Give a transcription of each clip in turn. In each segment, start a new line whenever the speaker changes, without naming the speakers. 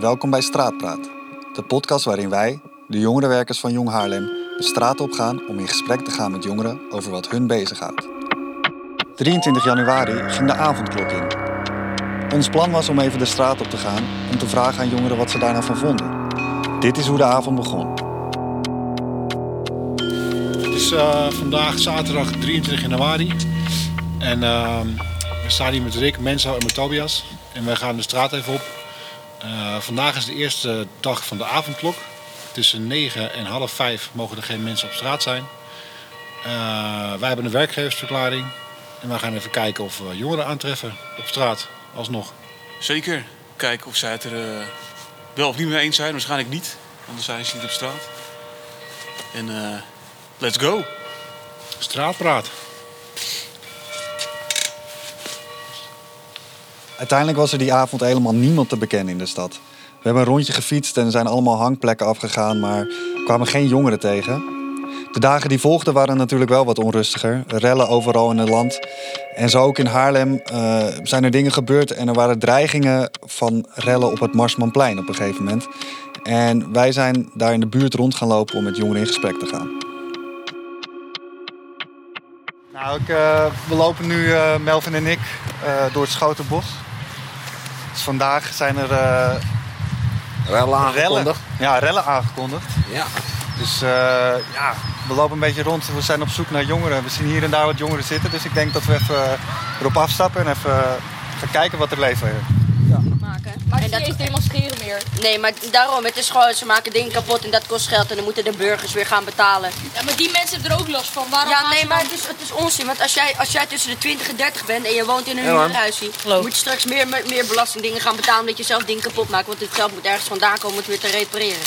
welkom bij Straatpraat. De podcast waarin wij, de jongerenwerkers van Jong Haarlem, de straat op gaan om in gesprek te gaan met jongeren over wat hun bezighoudt. 23 januari ging de avondklok in. Ons plan was om even de straat op te gaan om te vragen aan jongeren wat ze daar nou van vonden. Dit is hoe de avond begon.
Het is eh, vandaag zaterdag 23 januari. En ehm, we staan hier met Rick, Menzo en met Tobias. En wij gaan de straat even op. Eh, vandaag is de eerste dag van de avondklok. Tussen 9 en half 5 mogen er geen mensen op straat zijn. Eh, wij hebben een werkgeversverklaring. En wij gaan even kijken of we jongeren aantreffen op straat. Alsnog.
Zeker. Kijken of zij het er eh, wel of niet mee eens zijn. Waarschijnlijk niet. Anders zijn ze niet op straat. En eh, let's go.
Straatpraat.
Uiteindelijk was er die avond helemaal niemand te bekennen in de stad. We hebben een rondje gefietst en zijn allemaal hangplekken afgegaan, maar kwamen geen jongeren tegen. De dagen die volgden waren natuurlijk wel wat onrustiger. Rellen overal in het land. En zo ook in Haarlem eh, zijn er dingen gebeurd en er waren dreigingen van rellen op het Marsmanplein op een gegeven moment. En wij zijn daar in de buurt rond gaan lopen om met jongeren in gesprek te gaan.
Nou, ik, eh, we lopen nu, eh, Melvin en ik, eh, door het Schotenbos. Dus vandaag zijn er eh,
Wel
rellen,
aangekondigd.
ja, rellen aangekondigd.
Ja.
Dus eh, ja, we lopen een beetje rond. We zijn op zoek naar jongeren. We zien hier en daar wat jongeren zitten. Dus ik denk dat we even eh, erop afstappen en even eh, gaan kijken wat er leven heeft.
maken. Maar
En
het is niet
dat-
eens demonstreren meer.
Nee, maar daarom, het is gewoon, ze maken dingen kapot en dat kost geld en dan moeten de burgers weer gaan betalen.
Ja, maar die mensen hebben er ook last van. Waarom
Ja,
gaan
nee,
ze
maar
dan-
het is, het is onzin, want als jij, als jij tussen de 20 en 30 bent en je woont in een
man.
huurhuisje, moet je straks meer, meer, meer belastingdingen gaan betalen omdat je zelf dingen kapot maakt, want het geld moet ergens vandaan komen om het weer te repareren.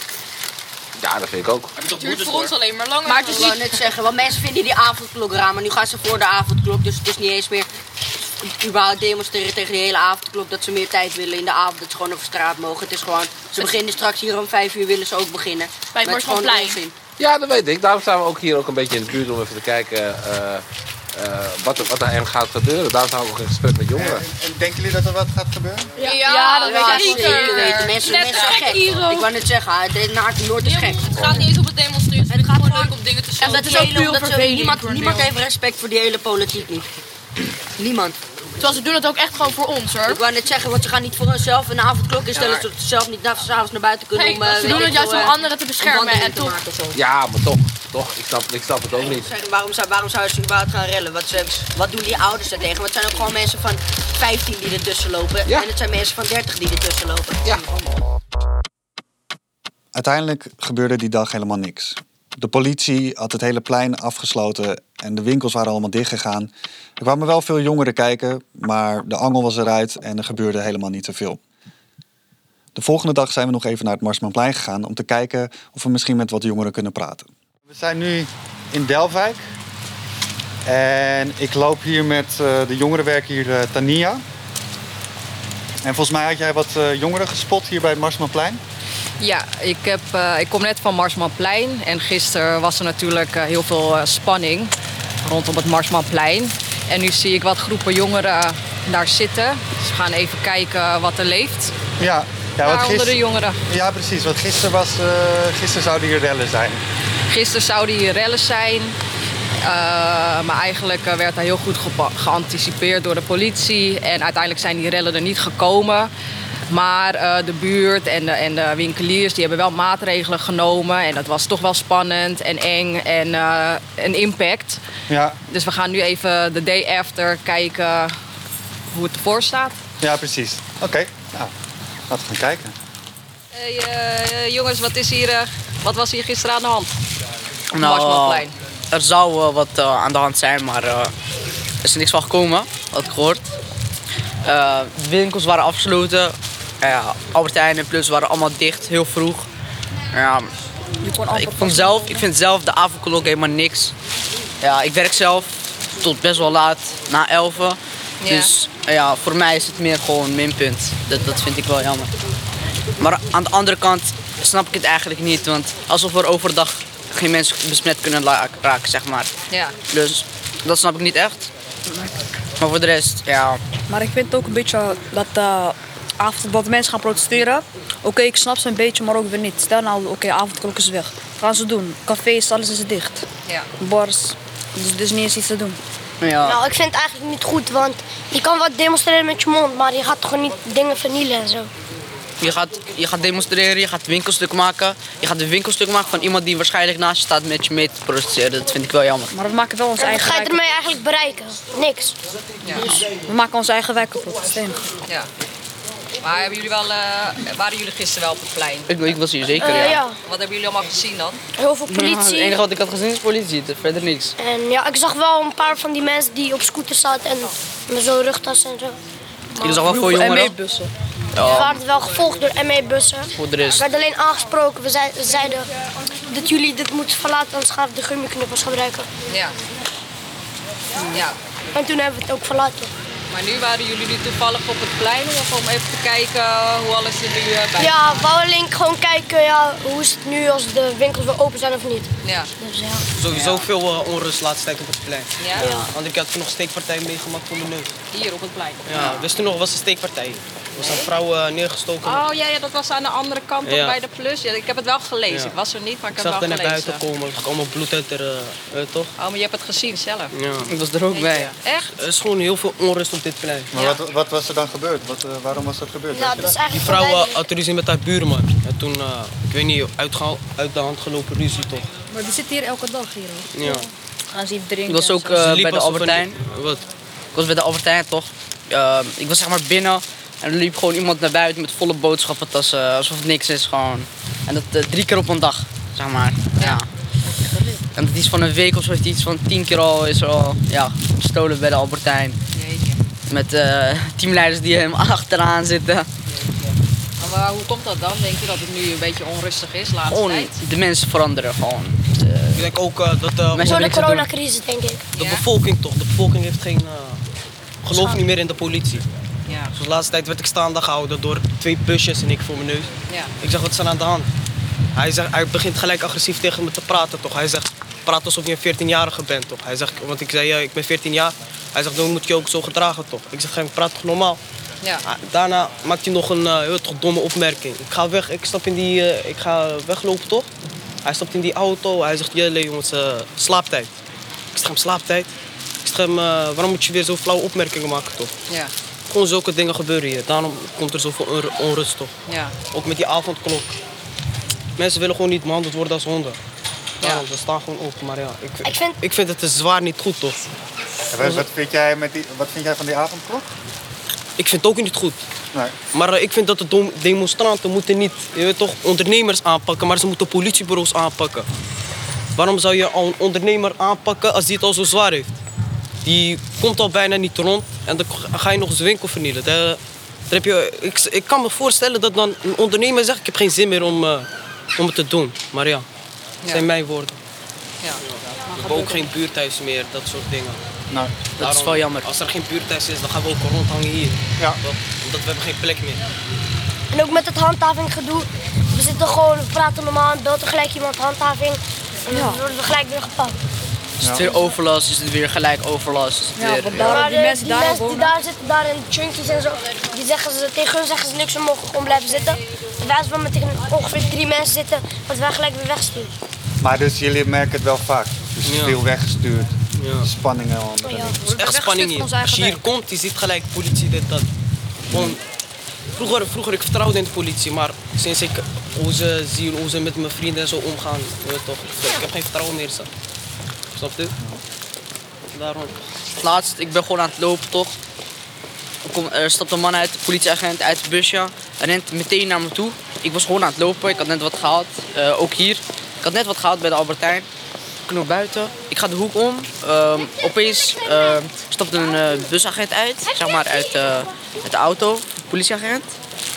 ja, dat vind ik ook.
Het duurt voor ons alleen maar langer.
Maar het is niet net zeggen, want mensen vinden die avondklok raar, maar nu gaan ze voor de avondklok, dus het is niet eens meer überhaupt demonstreren tegen de hele avondklok dat ze meer tijd willen in de avond, dat ze gewoon over straat mogen. Het is gewoon, ze beginnen straks hier om 5 uur willen ze ook beginnen. Maar het is gewoon
Marsmanplein.
onzin.
Ja, dat weet ik. Daarom staan we ook hier ook een beetje in de buurt om even te kijken eh, eh, wat, er- wat er echt gaat gebeuren. Daarom staan we ook in gesprek met jongeren.
denken jullie dat er wat gaat gebeuren?
Ja, Ah, dat
Ja,
weet ik zeker.
weten. Mensen,
Net
mensen zijn
gek,
gek.
Iro.
Ik wou net zeggen, het is naakt Noord is gek.
Het gaat niet eens om het demonstreren. Het, gaat gewoon leuk om dingen te
En
showen.
dat is ook puur omdat ze, niemand, niemand heeft respect voor die hele politiek niet. Niemand.
Terwijl ze doen dat ook echt gewoon voor ons, hoor.
Ik wou net zeggen, want ze gaan niet voor hunzelf een avondklok instellen, zodat ze zelf niet s'avonds naar buiten kunnen om... eh,
ze
weet
doen
ik
het juist
veel,
om
eh,
anderen te beschermen.
wandeling
En
te
toch...
maken of zo.
Ja, maar toch. toch ik, snap, ik snap het ook niet.
Zeg, Waarom zou, waarom zou ze überhaupt gaan rellen? Wat, ze, wat doen die ouders daartegen? Want het zijn ook gewoon mensen van 15 die ertussen lopen.
Ja.
En het zijn mensen van 30 die ertussen lopen.
Ja.
Uiteindelijk gebeurde die dag helemaal niks. De politie had het hele plein afgesloten en de winkels waren allemaal dichtgegaan. Er kwamen wel veel jongeren kijken, maar de angel was eruit en er gebeurde helemaal niet zoveel. De volgende dag zijn we nog even naar het Marsmanplein gegaan om te kijken of we misschien met wat jongeren kunnen praten.
We zijn nu in Delfwijk. En ik loop hier met eh, de jongerenwerker hier, eh, Tania. En volgens mij had jij wat eh, jongeren gespot hier bij het Marsmanplein.
Ja, ik, heb, eh, ik kom net van Marsmanplein. En gisteren was er natuurlijk eh, heel veel eh, spanning rondom het Marsmanplein. En nu zie ik wat groepen jongeren daar zitten. Ze gaan even kijken wat er leeft.
Ja, ja,
Waaronder de jongeren.
ja precies. Want gisteren, was, eh, gisteren zouden hier rellen zijn.
Gisteren zouden hier rellen zijn. eh, maar eigenlijk eh, werd daar heel goed gepa- geanticipeerd door de politie. En uiteindelijk zijn die rellen er niet gekomen. Maar eh, de buurt en de, en de winkeliers die hebben wel maatregelen genomen. En dat was toch wel spannend en eng en eh, een impact.
Ja,
Dus we gaan nu even de day after kijken hoe het ervoor staat.
ja precies. Oké, nou, laten we gaan kijken.
Hey, eh, jongens, wat, is hier, eh, wat was hier gisteren aan de hand?
Nou,
Marsmanplein.
Nou, er zou eh, wat eh, aan de hand zijn, maar eh, er is niks van gekomen, had ik gehoord. Eh, de winkels waren afgesloten. Eh, Ja, Albert Heijn en Plus waren allemaal dicht, heel vroeg. Ja, ik, vond zelf, ik vind zelf de avondklok helemaal niks. Ja, ik werk zelf tot best wel laat, na 11.
Ja.
Dus ja, voor mij is het meer gewoon een minpunt. Dat, dat vind ik wel jammer. Maar aan de andere kant snap ik het eigenlijk niet. Want alsof er overdag geen mensen besmet kunnen la- raken, zeg maar.
Ja.
Dus dat snap ik niet echt. Maar voor de rest, ja.
Maar ik vind ook een beetje dat eh,
avond, dat mensen gaan protesteren. Oké, ik snap ze een beetje, maar ook weer niet. Stel nou, oké, avondklok is weg. Gaan ze doen. Cafés, alles is dicht.
Ja.
Bars. Dus, dus niet eens iets te doen.
Nou, ik vind het eigenlijk niet goed, want je kan wat demonstreren met je mond, maar je gaat toch niet dingen vernielen en zo.
Je gaat, je gaat demonstreren, je gaat winkelstuk maken. Je gaat een winkelstuk maken van iemand die waarschijnlijk naast je staat met je mee te protesteren. Dat vind ik wel jammer.
Maar we maken wel ons
En wat
eigen
ga je
wijk.
ermee eigenlijk bereiken? Niks.
Dus we maken onze eigen wijk kapot. Dat is het enige.
Ja. Maar hebben jullie wel, eh, waren jullie gisteren wel op het plein?
Ik, ik was hier zeker,
Eh,
ja.
ja.
Wat hebben jullie allemaal gezien dan?
Heel veel
Het
politie.
enige wat ik had gezien is politie, verder niks.
En ja, ik zag wel een paar van die mensen die op scooters zaten en met zo'n rugtas en zo.
Ik zag wel veel jongeren.
bussen
We
Ja,
waren wel gevolgd door ME-bussen.
voor de rest.
Ik werd alleen aangesproken. We, zei- we zeiden dat jullie dit moeten verlaten, anders gaan we de gummiknuppels gebruiken.
Ja. Ja.
En toen hebben we het ook verlaten.
Maar nu waren jullie nu toevallig op het plein om om even te kijken hoe alles er nu eh, bij
Ja, we wouden alleen gewoon kijken ja, hoe is het nu als de winkels weer open zijn of niet.
Ja.
Dus ja.
Sowieso veel eh, onrust laatst tijd op het plein.
Ja?
Want ik had toen nog steekpartij meegemaakt voor mijn neus.
Hier op het plein.
Ja, wist u nog, was een steekpartij. Er was een vrouw eh, neergestoken.
Oh ja, ja, dat was aan de andere kant op
Ja.
bij de plus. Ja, ik heb het wel gelezen.
Ja.
Ik was er niet, maar ik,
ik
heb
zag haar
het wel
naar
gelezen.
buiten komen. Er kwam allemaal bloed uit haar, eh, eh, toch?
Oh, maar je hebt het gezien zelf.
Ja.
Ik was er ook bij.
Echt?
Er is gewoon heel veel onrust op dit plein.
Maar wat, wat was er dan gebeurd? Wat, eh, waarom was dat gebeurd?
Nou,
Weet je
dat is
Die
eigenlijk
vrouw
wel
eh,
duidelijk.
had ruzie met haar buurman. En toen, eh, ik weet niet, uitgehaal, uit de hand gelopen ruzie toch?
Maar die zitten hier elke dag hier. hoor.
Ja.
Gaan ze hier
Ik
drinken.
was ook
en
eh,
zo.
liep
bij de
alsof er
Albert Heijn.
niet- Wat?
Ik was bij de Albert Heijn, toch? Ehm, ik was zeg maar binnen en er liep gewoon iemand naar buiten met volle boodschappentassen. Alsof het niks is gewoon. En dat eh, drie keer op een dag, zeg maar. Ja. En dat is van een week of zo, heeft iets van tien keer al is er al ja, gestolen bij de Albert Heijn.
Jeetje.
Met eh, teamleiders die hem achteraan zitten.
Maar hoe komt dat dan? Denk je dat het nu een beetje onrustig is laatste
Gewoon,
tijd?
de mensen veranderen gewoon. Eh,
Ik denk ook eh, dat eh,
Mensen
Door de
niks te doen.
coronacrisis, denk ik.
de
Ja?
bevolking toch, de bevolking heeft geen eh, geloof niet meer in de politie.
Ja.
Dus de laatste tijd werd ik staande gehouden door twee busjes en ik voor mijn neus.
ja.
Ik zeg, wat is er aan de hand? Hij, zegt, hij begint gelijk agressief tegen me te praten, toch? Hij zegt, praat alsof je een 14-jarige bent, toch? Hij zegt, want ik zei, ja, ik ben 14 jaar. Hij zegt, dan moet je je ook zo gedragen, toch? Ik zeg, ik praat toch normaal?
Ja.
Ah, Daarna maakt hij nog een eh, heel toch domme opmerking. Ik ga weg, ik stap in die, eh, ik ga weglopen, toch? Hij stapt in die auto, hij zegt, jullie jongens, eh, slaaptijd. Ik zeg hem, slaaptijd? Ik zeg hem, eh, waarom moet je weer zo flauwe opmerkingen maken, toch?
Ja.
Gewoon zulke dingen gebeuren hier. Daarom komt er zoveel onru- onrust, toch?
Ja.
Ook met die avondklok. Mensen willen gewoon niet behandeld worden als honden. Daarom, ze staan gewoon op. Maar ja, ik,
Ik vind-
ik vind het te zwaar niet goed, toch?
wel. En Wat, wat vind jij met die, wat vind jij van die avondklok?
Ik vind het ook niet goed.
Nee.
Maar eh, ik vind dat de dom- demonstranten moeten niet, je weet toch, ondernemers aanpakken, maar ze moeten politiebureaus aanpakken. Waarom zou je al een ondernemer aanpakken als die het al zo zwaar heeft? Die komt al bijna niet rond en dan ga je nog eens de winkel vernielen. Daar, daar heb je, ik, ik kan me voorstellen dat dan een ondernemer zegt, ik heb geen zin meer om, eh, om het te doen. Maar ja, dat
Ja.
zijn mijn woorden.
Ja.
We hebben ook geen buurthuis meer, dat soort dingen.
Nou,
dat is
Daarom,
wel jammer.
Als er geen buurthuis is, dan gaan we ook rondhangen hier.
Ja.
Toch? Omdat we hebben geen plek meer.
En ook met het handhavinggedoe. We zitten gewoon, we praten normaal en belt er gelijk iemand handhaving. En dan worden we gelijk weer gepakt.
Is het weer overlast? Is het weer gelijk overlast? Is het
Ja,
weer-
want daarom
Maar
die
de-
mensen
die
daar
mensen die
wonen.
daar zitten, daar in chunkies en zo, die zeggen ze, tegen hun zeggen ze niks, ze mogen gewoon blijven zitten. En Wij zullen met tegen ongeveer drie mensen zitten, wat wij gelijk weer wegsturen.
Maar dus jullie merken het wel vaak. Dus
Ja.
veel weggestuurd.
Ja.
Spanningen onder.
Ja.
Het is echt
weggestuurd
spanning
van
hier.
ons
Als
eigen
je hier
werk.
komt, je ziet gelijk politie dit, dat. Gewoon, vroeger, vroeger, ik vertrouwde in de politie, maar sinds ik hoe ze zien, hoe ze met mijn vrienden en zo omgaan, je weet toch, ik heb geen vertrouwen meer. zo. Snap je? Daarom.
Laatst, ik ben gewoon aan het lopen, toch? Er Kom, er stapt een man uit, politieagent uit het busje. Hij rent meteen naar me toe. Ik was gewoon aan het lopen, ik had net wat gehaald. eh, ook hier. Ik had net wat gehaald bij de Albertijn. Ik loop buiten, ik ga de hoek om. Ehm, opeens ehm, stapt een eh, busagent uit, zeg maar uit, eh, uit de auto, politieagent.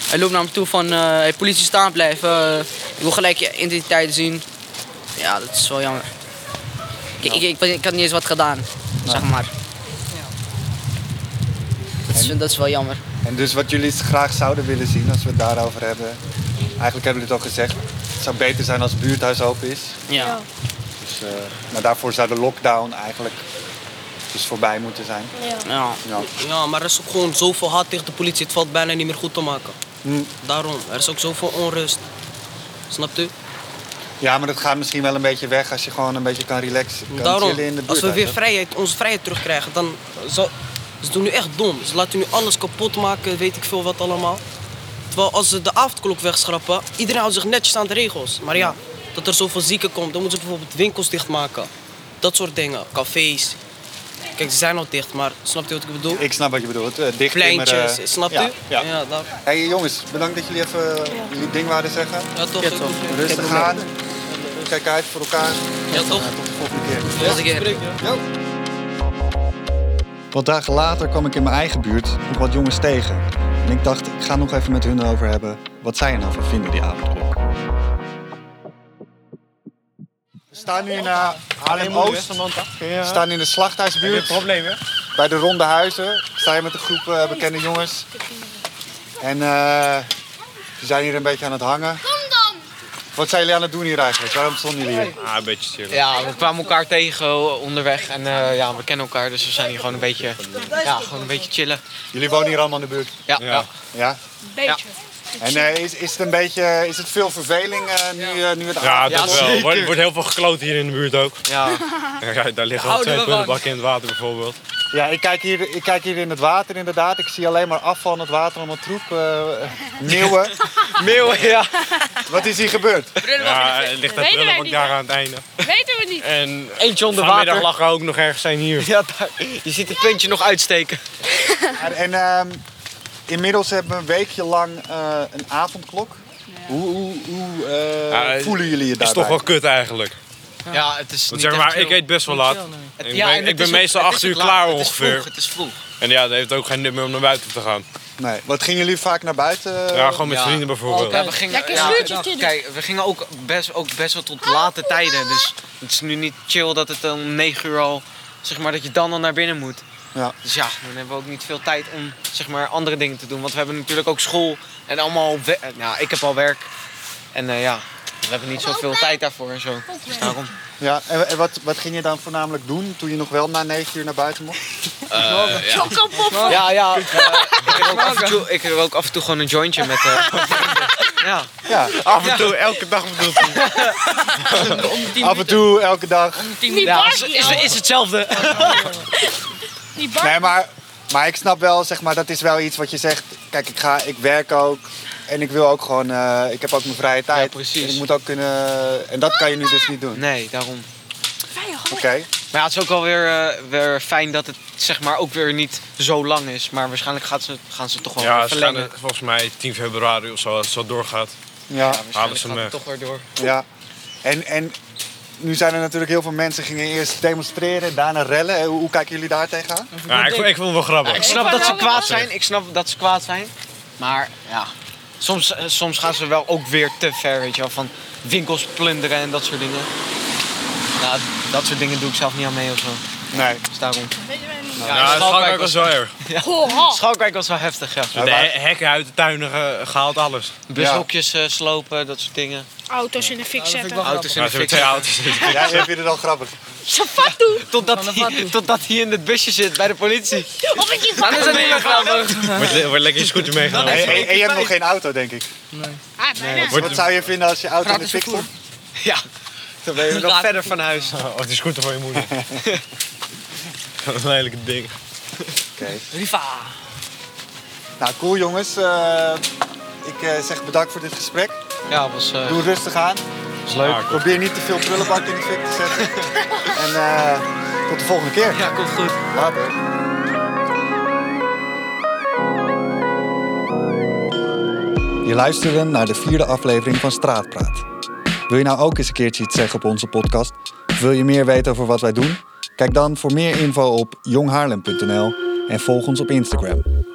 Hij loopt naar me toe van, eh, hey, politie staan blijven. eh, ik wil gelijk je identiteit zien. Ja, dat is wel jammer. Ik, ik, ik, ik had niet eens wat gedaan, zeg maar. Dat is, dat is wel jammer.
En dus wat jullie graag zouden willen zien als we het daarover hebben. Eigenlijk hebben jullie het al gezegd. Het zou beter zijn als het buurthuis open is.
Ja.
Dus, eh, maar daarvoor zou de lockdown eigenlijk dus voorbij moeten zijn.
Ja.
Ja.
ja, maar er is ook gewoon zoveel haat tegen de politie. Het valt bijna niet meer goed te maken.
Hm.
Daarom, er is ook zoveel onrust. Snapt u?
Ja, maar dat gaat misschien wel een beetje weg als je gewoon een beetje kan relaxen. Kan
Daarom,
chillen in de buurt
als we weer
eigenlijk.
vrijheid, onze vrijheid terugkrijgen, dan zou... Ze doen nu echt dom. Ze laten nu alles kapot maken, weet ik veel wat allemaal. Terwijl als ze de avondklok wegschrappen, iedereen houdt zich netjes aan de regels. Maar ja, dat er zoveel zieken komt, dan moeten ze bijvoorbeeld winkels dichtmaken. Dat soort dingen, cafés. Kijk, ze zijn al dicht, maar snapt u wat ik bedoel?
Ik snap wat je bedoelt. eh, dicht
Pleintjes,
timmeren.
snapt
Ja,
u?
Ja.
daar.
hey, jongens, bedankt dat jullie even eh, jullie ding waren zeggen.
Ja, toch.
Rustig aan. Kijk uit voor elkaar.
Ja, toch.
Tot de volgende keer.
Volgende keer.
Ja.
Wat dagen later kwam ik in mijn eigen buurt nog wat jongens tegen. En ik dacht, ik ga nog even met hun over hebben wat zij er nou van vinden die avondklok.
We staan nu in eh, Haarlem-Oost. We staan nu in de slachthuisbuurt.
Heb je
problemen? Bij de Ronde Huizen. Sta je met een groep eh, bekende jongens. En eh, die zijn hier een beetje aan het hangen. Kom dan! Wat zijn jullie aan het doen hier eigenlijk? Waarom stonden jullie hier?
Ah, een beetje chillen.
Ja, we kwamen elkaar tegen onderweg en eh, ja, we kennen elkaar, dus we zijn hier gewoon een beetje, ja, gewoon een beetje chillen.
Jullie wonen hier allemaal in de buurt?
Ja. ja.
Ja?
Beetje.
En eh, is, is het een beetje, is het veel verveling eh, nu, eh, nu het
Ja,
avond
dat
is?
wel. Er wordt, wordt heel veel gekloot hier in de buurt ook.
Ja.
ja daar liggen al
Houden
twee
we van.
prullenbakken in het water bijvoorbeeld.
Ja, ik kijk, hier, ik kijk hier in het water inderdaad. Ik zie alleen maar afval in het water, allemaal troep. eh meeuwen. meeuwen, ja. Wat is hier gebeurd?
Ja, er ligt dat
Weten wij
prullenbak
niet.
daar aan het einde.
Weten we niet.
En
Eentje onder
vanmiddag
water.
lag er ook nog ergens zijn hier.
Ja, je ziet het puntje nog uitsteken.
En, en ehm, inmiddels hebben we een weekje lang eh, een avondklok. Hoe, hoe, hoe eh,
Ja,
voelen jullie je
Is
daarbij?
toch wel kut eigenlijk.
Ja, het is
Want
niet
zeg maar,
echt chill.
ik eet best wel
Niet
laat.
chill, nee. Het-
Ik
ja,
ben,
en
ik
het
ben
is ook-
meestal
het
acht
is
uur
ook laat.
klaar
Het is
ongeveer.
vroeg, het is vroeg.
En ja, dat heeft ook geen nut meer om naar buiten te gaan.
Nee, wat gingen jullie vaak naar buiten?
Ja, gewoon Oh, met vrienden
Oh,
bijvoorbeeld.
Ja, we gingen, ja, kijk, we gingen ook best, ook best wel tot late tijden. Dus het is nu niet chill dat het om 9 uur al, zeg maar, dat je dan al naar binnen moet.
Ja.
Dus ja, dan hebben we ook niet veel tijd om zeg maar, andere dingen te doen. Want we hebben natuurlijk ook school en allemaal. we- eh, Nou, ik heb al werk. En eh, ja, we hebben niet zoveel tijd daarvoor en zo. Dus daarom.
Ja, en, en wat, wat ging je dan voornamelijk doen toen je nog wel na negen uur naar buiten mocht?
eh, ja.
Chocopoppen.
Ja, ja. eh, ik, rook af en toe, ik rook af en toe gewoon een jointje met. eh, ja.
Ja.
Af en toe, elke dag bedoelt
Af en toe, elke dag.
minuten. Ja, is- is- is hetzelfde.
Nee, maar, maar ik snap wel, zeg maar, dat is wel iets wat je zegt. Kijk, ik, ga, ik werk ook. En ik wil ook gewoon, eh, ik heb ook mijn vrije tijd. precies. ik moet ook kunnen, en dat kan je nu dus niet doen.
Nee, daarom.
Oké.
Maar ja, het is ook wel weer, eh, weer fijn dat het zeg maar ook weer niet zo lang is. Maar waarschijnlijk gaat ze, gaan ze toch wel
Ja, ze
weer
gaan
verlengen.
het volgens mij 10 februari of zo, als het zo doorgaat.
Ja.
halen ze hem
gaat
weg.
het toch weer door.
Ja. En, en nu zijn er natuurlijk heel veel mensen gingen eerst demonstreren, daarna rellen. Hoe, hoe kijken jullie daar tegenaan?
Ja, ik, ik vond het wel grappig.
Ja, ik snap dat ze kwaad zijn. Ik snap dat ze kwaad zijn. Maar ja, soms, eh, soms gaan ze wel ook weer te ver, weet je wel. Van winkels plunderen en dat soort dingen. Nou, dat soort dingen doe ik zelf niet aan mee of zo.
Nee.
Dus daarom.
Ja, Schalkwijk was wel erg.
Ja. Schalkwijk was wel heftig, ja.
De he- hekken uit de tuinen ge- gehaald, alles.
Bushokjes eh, slopen, dat soort dingen.
Auto's in de fik zetten.
Auto's in de
Ja, ze hebben
fik.
twee auto's in de fik. Ja,
jij vindt het al grappig.
Safatu! Totdat hij, totdat hij in het busje zit bij de politie.
Of ik
Dan is het niet meer grappig.
Wordt, le- wordt lekker je scooter meegenomen.
En, en, en je hebt nog geen auto, denk ik.
Nee, dat
Wat,
wordt-
zou je vinden als je auto in de fik stond?
Ja. Dan ben je nog verder van huis.
Of Oh, die scooter van je moeder. Dat is een lelijke ding.
Oké.
Riva.
Nou, cool jongens. Eh, ik eh, zeg bedankt voor dit gesprek.
Ja, het was... eh,
Doe rustig aan.
is leuk.
Probeer niet te veel prullenbak in de fik te zetten. en eh, tot de volgende keer.
Ja, komt goed.
Later.
Je luisterde naar de vierde aflevering van Straatpraat. Wil je nou ook eens een keertje iets zeggen op onze podcast? Of wil je meer weten over wat wij doen? Kijk dan voor meer info op jonghaarlem.nl en volg ons op Instagram.